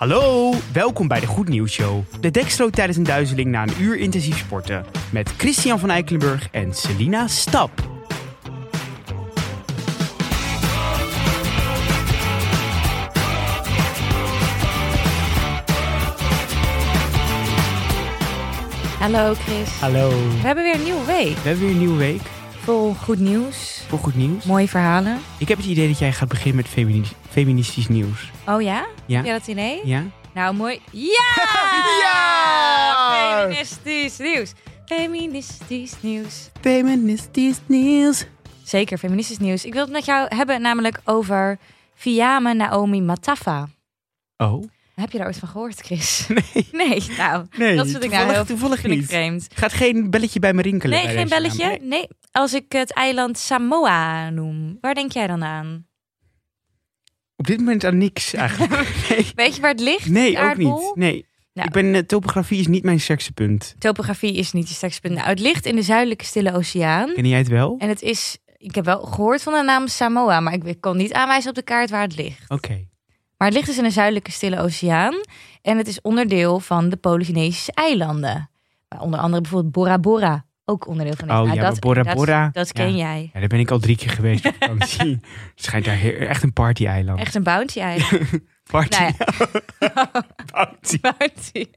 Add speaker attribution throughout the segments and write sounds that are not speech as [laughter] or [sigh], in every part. Speaker 1: Hallo, welkom bij de Goed Nieuws Show. De dek sloot tijdens een duizeling na een uur intensief sporten. Met Christian van Eikelenburg en Selina Stap.
Speaker 2: Hallo Chris.
Speaker 1: Hallo.
Speaker 2: We
Speaker 1: We
Speaker 2: hebben weer een nieuwe week.
Speaker 1: hebben weer een nieuwe week
Speaker 2: Vol goed nieuws,
Speaker 1: voor Goed Nieuws.
Speaker 2: mooie verhalen.
Speaker 1: Ik heb het idee dat jij gaat beginnen met femini- feministisch nieuws.
Speaker 2: Oh ja?
Speaker 1: Ja.
Speaker 2: Heb jij dat idee?
Speaker 1: Ja?
Speaker 2: Nou, mooi. Ja!
Speaker 1: [laughs] Ja!
Speaker 2: Feministisch nieuws. Feministisch nieuws.
Speaker 1: Feministisch nieuws.
Speaker 2: Zeker, feministisch nieuws. Ik wil het met jou hebben namelijk over Fiame Naomi Matafa.
Speaker 1: Oh? [laughs]
Speaker 2: Heb je daar ooit van gehoord, Chris? [laughs]
Speaker 1: Nee.
Speaker 2: Nee, nou,
Speaker 1: Nee,
Speaker 2: dat vind ik nou
Speaker 1: toevallig,
Speaker 2: heel
Speaker 1: toevallig
Speaker 2: vind ik
Speaker 1: niet.
Speaker 2: vreemd.
Speaker 1: Gaat geen belletje bij me rinkelen.
Speaker 2: Nee,
Speaker 1: bij
Speaker 2: geen
Speaker 1: deze
Speaker 2: belletje.
Speaker 1: naam. Nee.
Speaker 2: Nee, als ik het eiland Samoa noem, waar denk jij dan aan?
Speaker 1: Op dit moment aan
Speaker 2: [laughs]
Speaker 1: niks eigenlijk. Nee,
Speaker 2: Weet je waar het ligt? de
Speaker 1: nee ook
Speaker 2: aardbol?
Speaker 1: niet. Nee.
Speaker 2: Nou.
Speaker 1: Ik ben, eh, topografie is niet mijn sterkste punt.
Speaker 2: Topografie is niet je sterkste punt. Nou, het ligt in de zuidelijke Stille Oceaan.
Speaker 1: Ken jij het wel?
Speaker 2: En het is, ik heb wel gehoord van de naam Samoa, maar ik kon niet aanwijzen op de kaart waar het ligt.
Speaker 1: Oké.
Speaker 2: Maar het ligt dus in de zuidelijke Stille Oceaan. En het is onderdeel van de Polynesische eilanden. Maar onder andere bijvoorbeeld Bora Bora, ook onderdeel van. is.
Speaker 1: Oh
Speaker 2: Nou,
Speaker 1: ja, maar Bora
Speaker 2: dat,
Speaker 1: Bora,
Speaker 2: Dat
Speaker 1: ja.
Speaker 2: ken jij.
Speaker 1: Ja, daar ben ik al drie keer geweest op vakantie.
Speaker 2: [laughs]
Speaker 1: Het schijnt daar he- echt een party-eiland.
Speaker 2: Echt een
Speaker 1: [laughs]
Speaker 2: bounty-eiland.
Speaker 1: Party.
Speaker 2: nou ja, [laughs] Nou
Speaker 1: Party.
Speaker 2: bounty.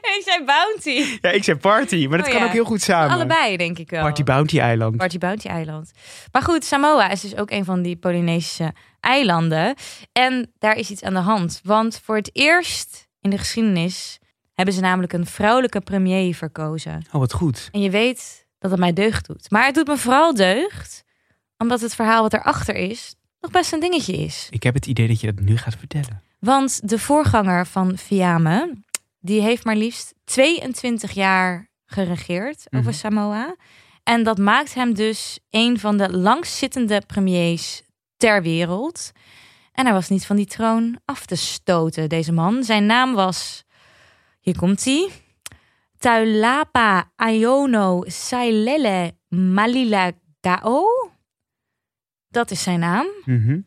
Speaker 2: Ik zei bounty.
Speaker 1: [laughs] Ja, ik zei party, maar dat
Speaker 2: Oh
Speaker 1: kan
Speaker 2: ja.
Speaker 1: ook heel goed samen.
Speaker 2: Allebei, denk ik wel.
Speaker 1: Party Bounty Eiland.
Speaker 2: Party Bounty Eiland. Maar goed, Samoa is dus ook een van die Polynesische eilanden. En daar is iets aan de hand. Want voor het eerst in de geschiedenis hebben ze namelijk een vrouwelijke premier verkozen.
Speaker 1: Oh, wat goed.
Speaker 2: En je weet dat het mij deugd doet. Maar het doet me vooral deugd omdat het verhaal wat erachter is nog best een dingetje is.
Speaker 1: Ik heb het idee dat je dat nu gaat vertellen.
Speaker 2: Want de voorganger van Fiame, die heeft maar liefst 22 jaar geregeerd over
Speaker 1: Mhm.
Speaker 2: Samoa. En dat maakt hem dus een van de langzittende premiers ter wereld. En hij was niet van die troon af te stoten, deze man. Zijn naam was, hier komt hij, Tuilapa Ayono Sailele Malila Gao. Dat is zijn naam.
Speaker 1: Mhm.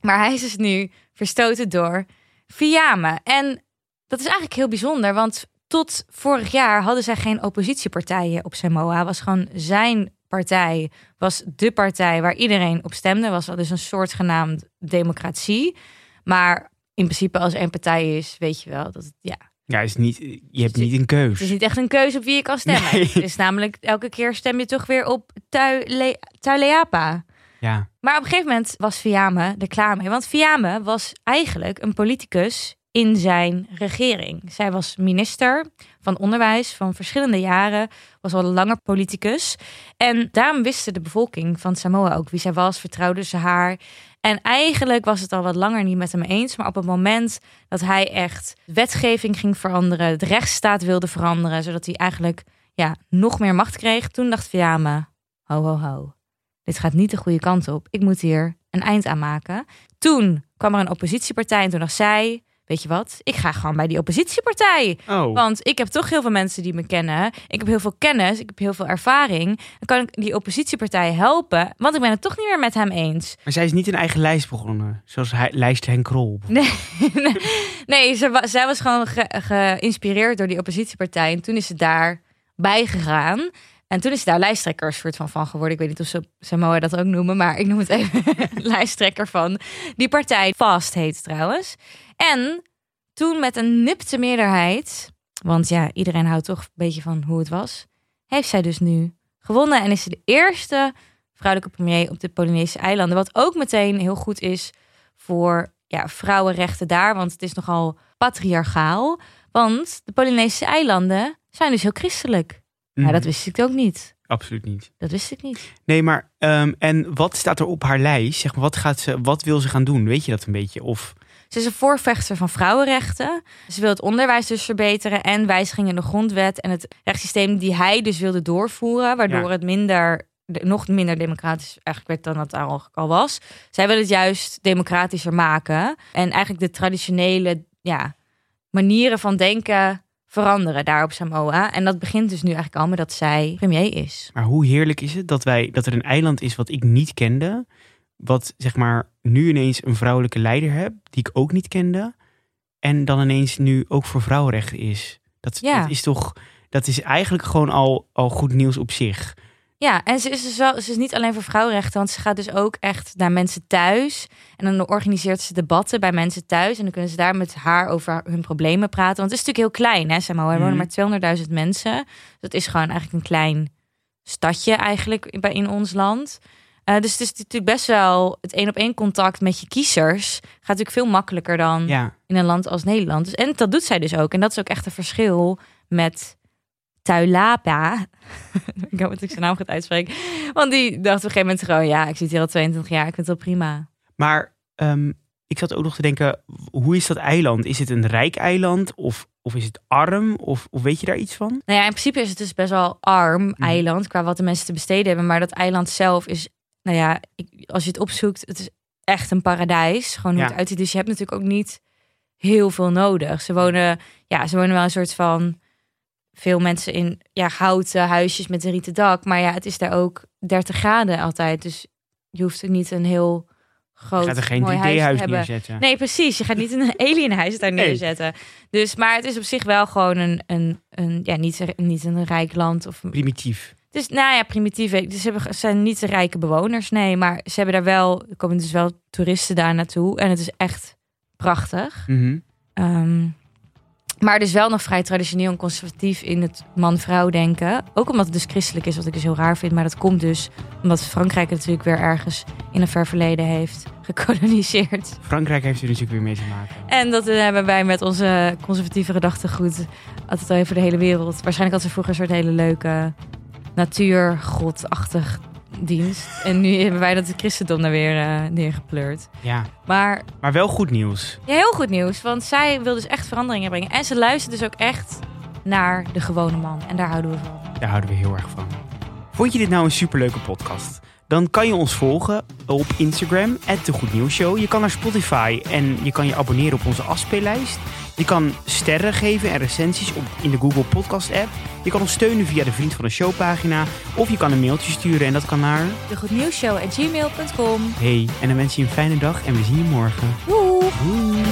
Speaker 2: Maar hij is dus nu verstoten door Fiamme. En dat is eigenlijk heel bijzonder, want tot vorig jaar hadden zij geen oppositiepartijen op Samoa. Was gewoon zijn partij, was de partij waar iedereen op stemde. Was wel dus een soortgenaamd democratie. Maar in principe als er één partij is, weet je wel dat het, ja,
Speaker 1: Ja, is niet, je hebt niet een
Speaker 2: het is
Speaker 1: keus.
Speaker 2: niet echt een keuze op wie je kan stemmen.
Speaker 1: Nee.
Speaker 2: Het is namelijk elke keer stem je toch weer op Tuile- Tuileapa.
Speaker 1: Ja.
Speaker 2: Maar op een gegeven moment was Fiame er klaar mee. Want Fiame was eigenlijk een politicus in zijn regering. Zij was minister van onderwijs van verschillende jaren. Was al langer politicus. En daarom wisten de bevolking van Samoa ook wie zij was. Vertrouwden ze haar. En eigenlijk was het al wat langer niet met hem eens. Maar op het moment dat hij echt wetgeving ging veranderen. De rechtsstaat wilde veranderen. Zodat hij eigenlijk ja, nog meer macht kreeg. Toen dacht Fiame, ho ho ho dit gaat niet de goede kant op. Ik moet hier een eind aan maken. Toen kwam er een oppositiepartij en toen dacht zij, weet je wat, ik ga gewoon bij die oppositiepartij.
Speaker 1: Oh.
Speaker 2: Want ik heb toch heel veel mensen die me kennen. Ik heb heel veel kennis, ik heb heel veel ervaring. Dan kan ik die oppositiepartij helpen, want ik ben het toch niet meer met hem eens.
Speaker 1: Maar zij is niet een eigen lijst begonnen. Zoals hij, lijst Henk Krol.
Speaker 2: Nee, ze wa- zij was gewoon ge- geïnspireerd door die oppositiepartij en toen is ze daar bij gegaan. En toen is ze daar lijsttrekker soort van, van geworden. Ik weet niet of ze op Samoa dat ook noemen, maar ik noem het even [laughs] lijsttrekker van die partij. Fast heet het trouwens. En toen met een nipte meerderheid, want ja, iedereen houdt toch een beetje van hoe het was, heeft zij dus nu gewonnen en is ze de eerste vrouwelijke premier op de Polynesische eilanden. Wat ook meteen heel goed is voor ja, vrouwenrechten daar, want het is nogal patriarchaal. Want de Polynesische eilanden zijn dus heel christelijk.
Speaker 1: Mhm.
Speaker 2: Nou, dat wist ik ook niet.
Speaker 1: Absoluut niet.
Speaker 2: Dat wist ik niet.
Speaker 1: Nee, maar ehm, en wat staat er op haar lijst? Zeg maar, wat, gaat ze, wat wil ze gaan doen? Weet je dat een beetje? Of
Speaker 2: Ze is een voorvechter van vrouwenrechten. Ze wil het onderwijs dus verbeteren en wijzigingen in de grondwet en het rechtssysteem die hij dus wilde doorvoeren, waardoor
Speaker 1: Ja.
Speaker 2: het minder, de- nog minder democratisch eigenlijk werd dan het eigenlijk al was. Zij wil het juist democratischer maken en eigenlijk de traditionele ja, manieren van denken veranderen daar op Samoa. En dat begint dus nu eigenlijk al met dat zij premier is.
Speaker 1: Maar hoe heerlijk is het dat, wij, dat er een eiland is wat ik niet kende. Wat zeg maar nu ineens een vrouwelijke leider heb, die ik ook niet kende. En dan ineens nu ook voor vrouwenrechten is. Dat,
Speaker 2: Ja.
Speaker 1: dat is toch, dat is eigenlijk gewoon al, al goed nieuws op zich.
Speaker 2: Ja, en ze is, dus wel, ze is niet alleen voor vrouwenrechten, want ze gaat dus ook echt naar mensen thuis. En dan organiseert ze debatten bij mensen thuis. En dan kunnen ze daar met haar over hun problemen praten. Want het is natuurlijk heel klein, hè, zeg maar. Er
Speaker 1: Mhm.
Speaker 2: wonen maar 200.000 mensen. Dus Dat is gewoon eigenlijk een klein stadje eigenlijk bij- in ons land. Eh, dus het is natuurlijk best wel het één-op-één contact met je kiezers. Gaat natuurlijk veel makkelijker dan
Speaker 1: Ja,
Speaker 2: in een land als Nederland. Dus, en dat doet zij dus ook. En dat is ook echt een verschil met Tuilapa. [laughs] ik hoop dat ik zijn naam goed uitspreek. Want die dacht op een gegeven moment gewoon... ja, ik zit hier al 22 jaar, ik vind het wel prima.
Speaker 1: maar ehm, ik zat ook nog te denken, w- hoe is dat eiland? Is het een rijk eiland of, of is het arm? Of, of weet je daar iets van?
Speaker 2: Nou ja, in principe is het dus best wel
Speaker 1: Mhm.
Speaker 2: arm eiland... qua wat de mensen te besteden hebben. Maar dat eiland zelf is... nou ja, ik- als je het opzoekt, het is echt een paradijs. Gewoon hoe
Speaker 1: Ja.
Speaker 2: het uitziet. Dus je hebt natuurlijk ook niet heel veel nodig. Ze wonen, ja, ze wonen wel een soort van... veel mensen in ja, houten huisjes met een rieten dak. Maar ja, het is daar ook 30 graden altijd. Dus je hoeft er niet een heel groot
Speaker 1: Je gaat er geen
Speaker 2: mooi huis te
Speaker 1: 3D-huis
Speaker 2: hebben.
Speaker 1: neerzetten.
Speaker 2: Nee, precies. Je gaat niet een [laughs] alienhuis daar
Speaker 1: Nee.
Speaker 2: neerzetten. Dus, maar het is op zich wel gewoon een, een, een ja, niet, niet een rijk land. Of,
Speaker 1: Primitief. dus
Speaker 2: dus nou ja, primitieve. Dus ze hebben, ze zijn niet de rijke bewoners, nee. Maar ze hebben daar wel, er komen dus wel toeristen daar naartoe. En het is echt prachtig.
Speaker 1: Mhm.
Speaker 2: Ehm, maar dus wel nog vrij traditioneel en conservatief in het man-vrouw denken. Ook omdat het dus christelijk is, wat ik dus heel raar vind. Maar dat komt dus omdat Frankrijk het natuurlijk weer ergens in een ver verleden heeft [laughs] gekoloniseerd.
Speaker 1: Frankrijk heeft er natuurlijk weer mee te maken.
Speaker 2: En dat eh, hebben wij met onze conservatieve gedachtegoed altijd al over de hele wereld. Waarschijnlijk had ze vroeger een soort hele leuke natuurgodachtig dienst. En nu hebben wij dat de christendom daar weer eh, neergepleurd.
Speaker 1: Ja,
Speaker 2: Maar
Speaker 1: maar wel goed nieuws.
Speaker 2: ja, heel goed nieuws, want zij wil dus echt veranderingen brengen. En ze luistert dus ook echt naar de gewone man. En daar houden we van.
Speaker 1: Daar houden we heel erg van. Vond je dit nou een superleuke podcast? Dan kan je ons volgen op Instagram, at de Goed Nieuws Show. Je kan naar Spotify en je kan je abonneren op onze afspeellijst. Je kan sterren geven en recensies op, in de Google Podcast app. Je kan ons steunen via de Vriend van de Show pagina. Of je kan een mailtje sturen en dat kan naar...
Speaker 2: De Goed Nieuws Show at gmail.com.
Speaker 1: Hey, en dan wens je een fijne dag en we zien je morgen.
Speaker 2: Doeg!
Speaker 1: Doei!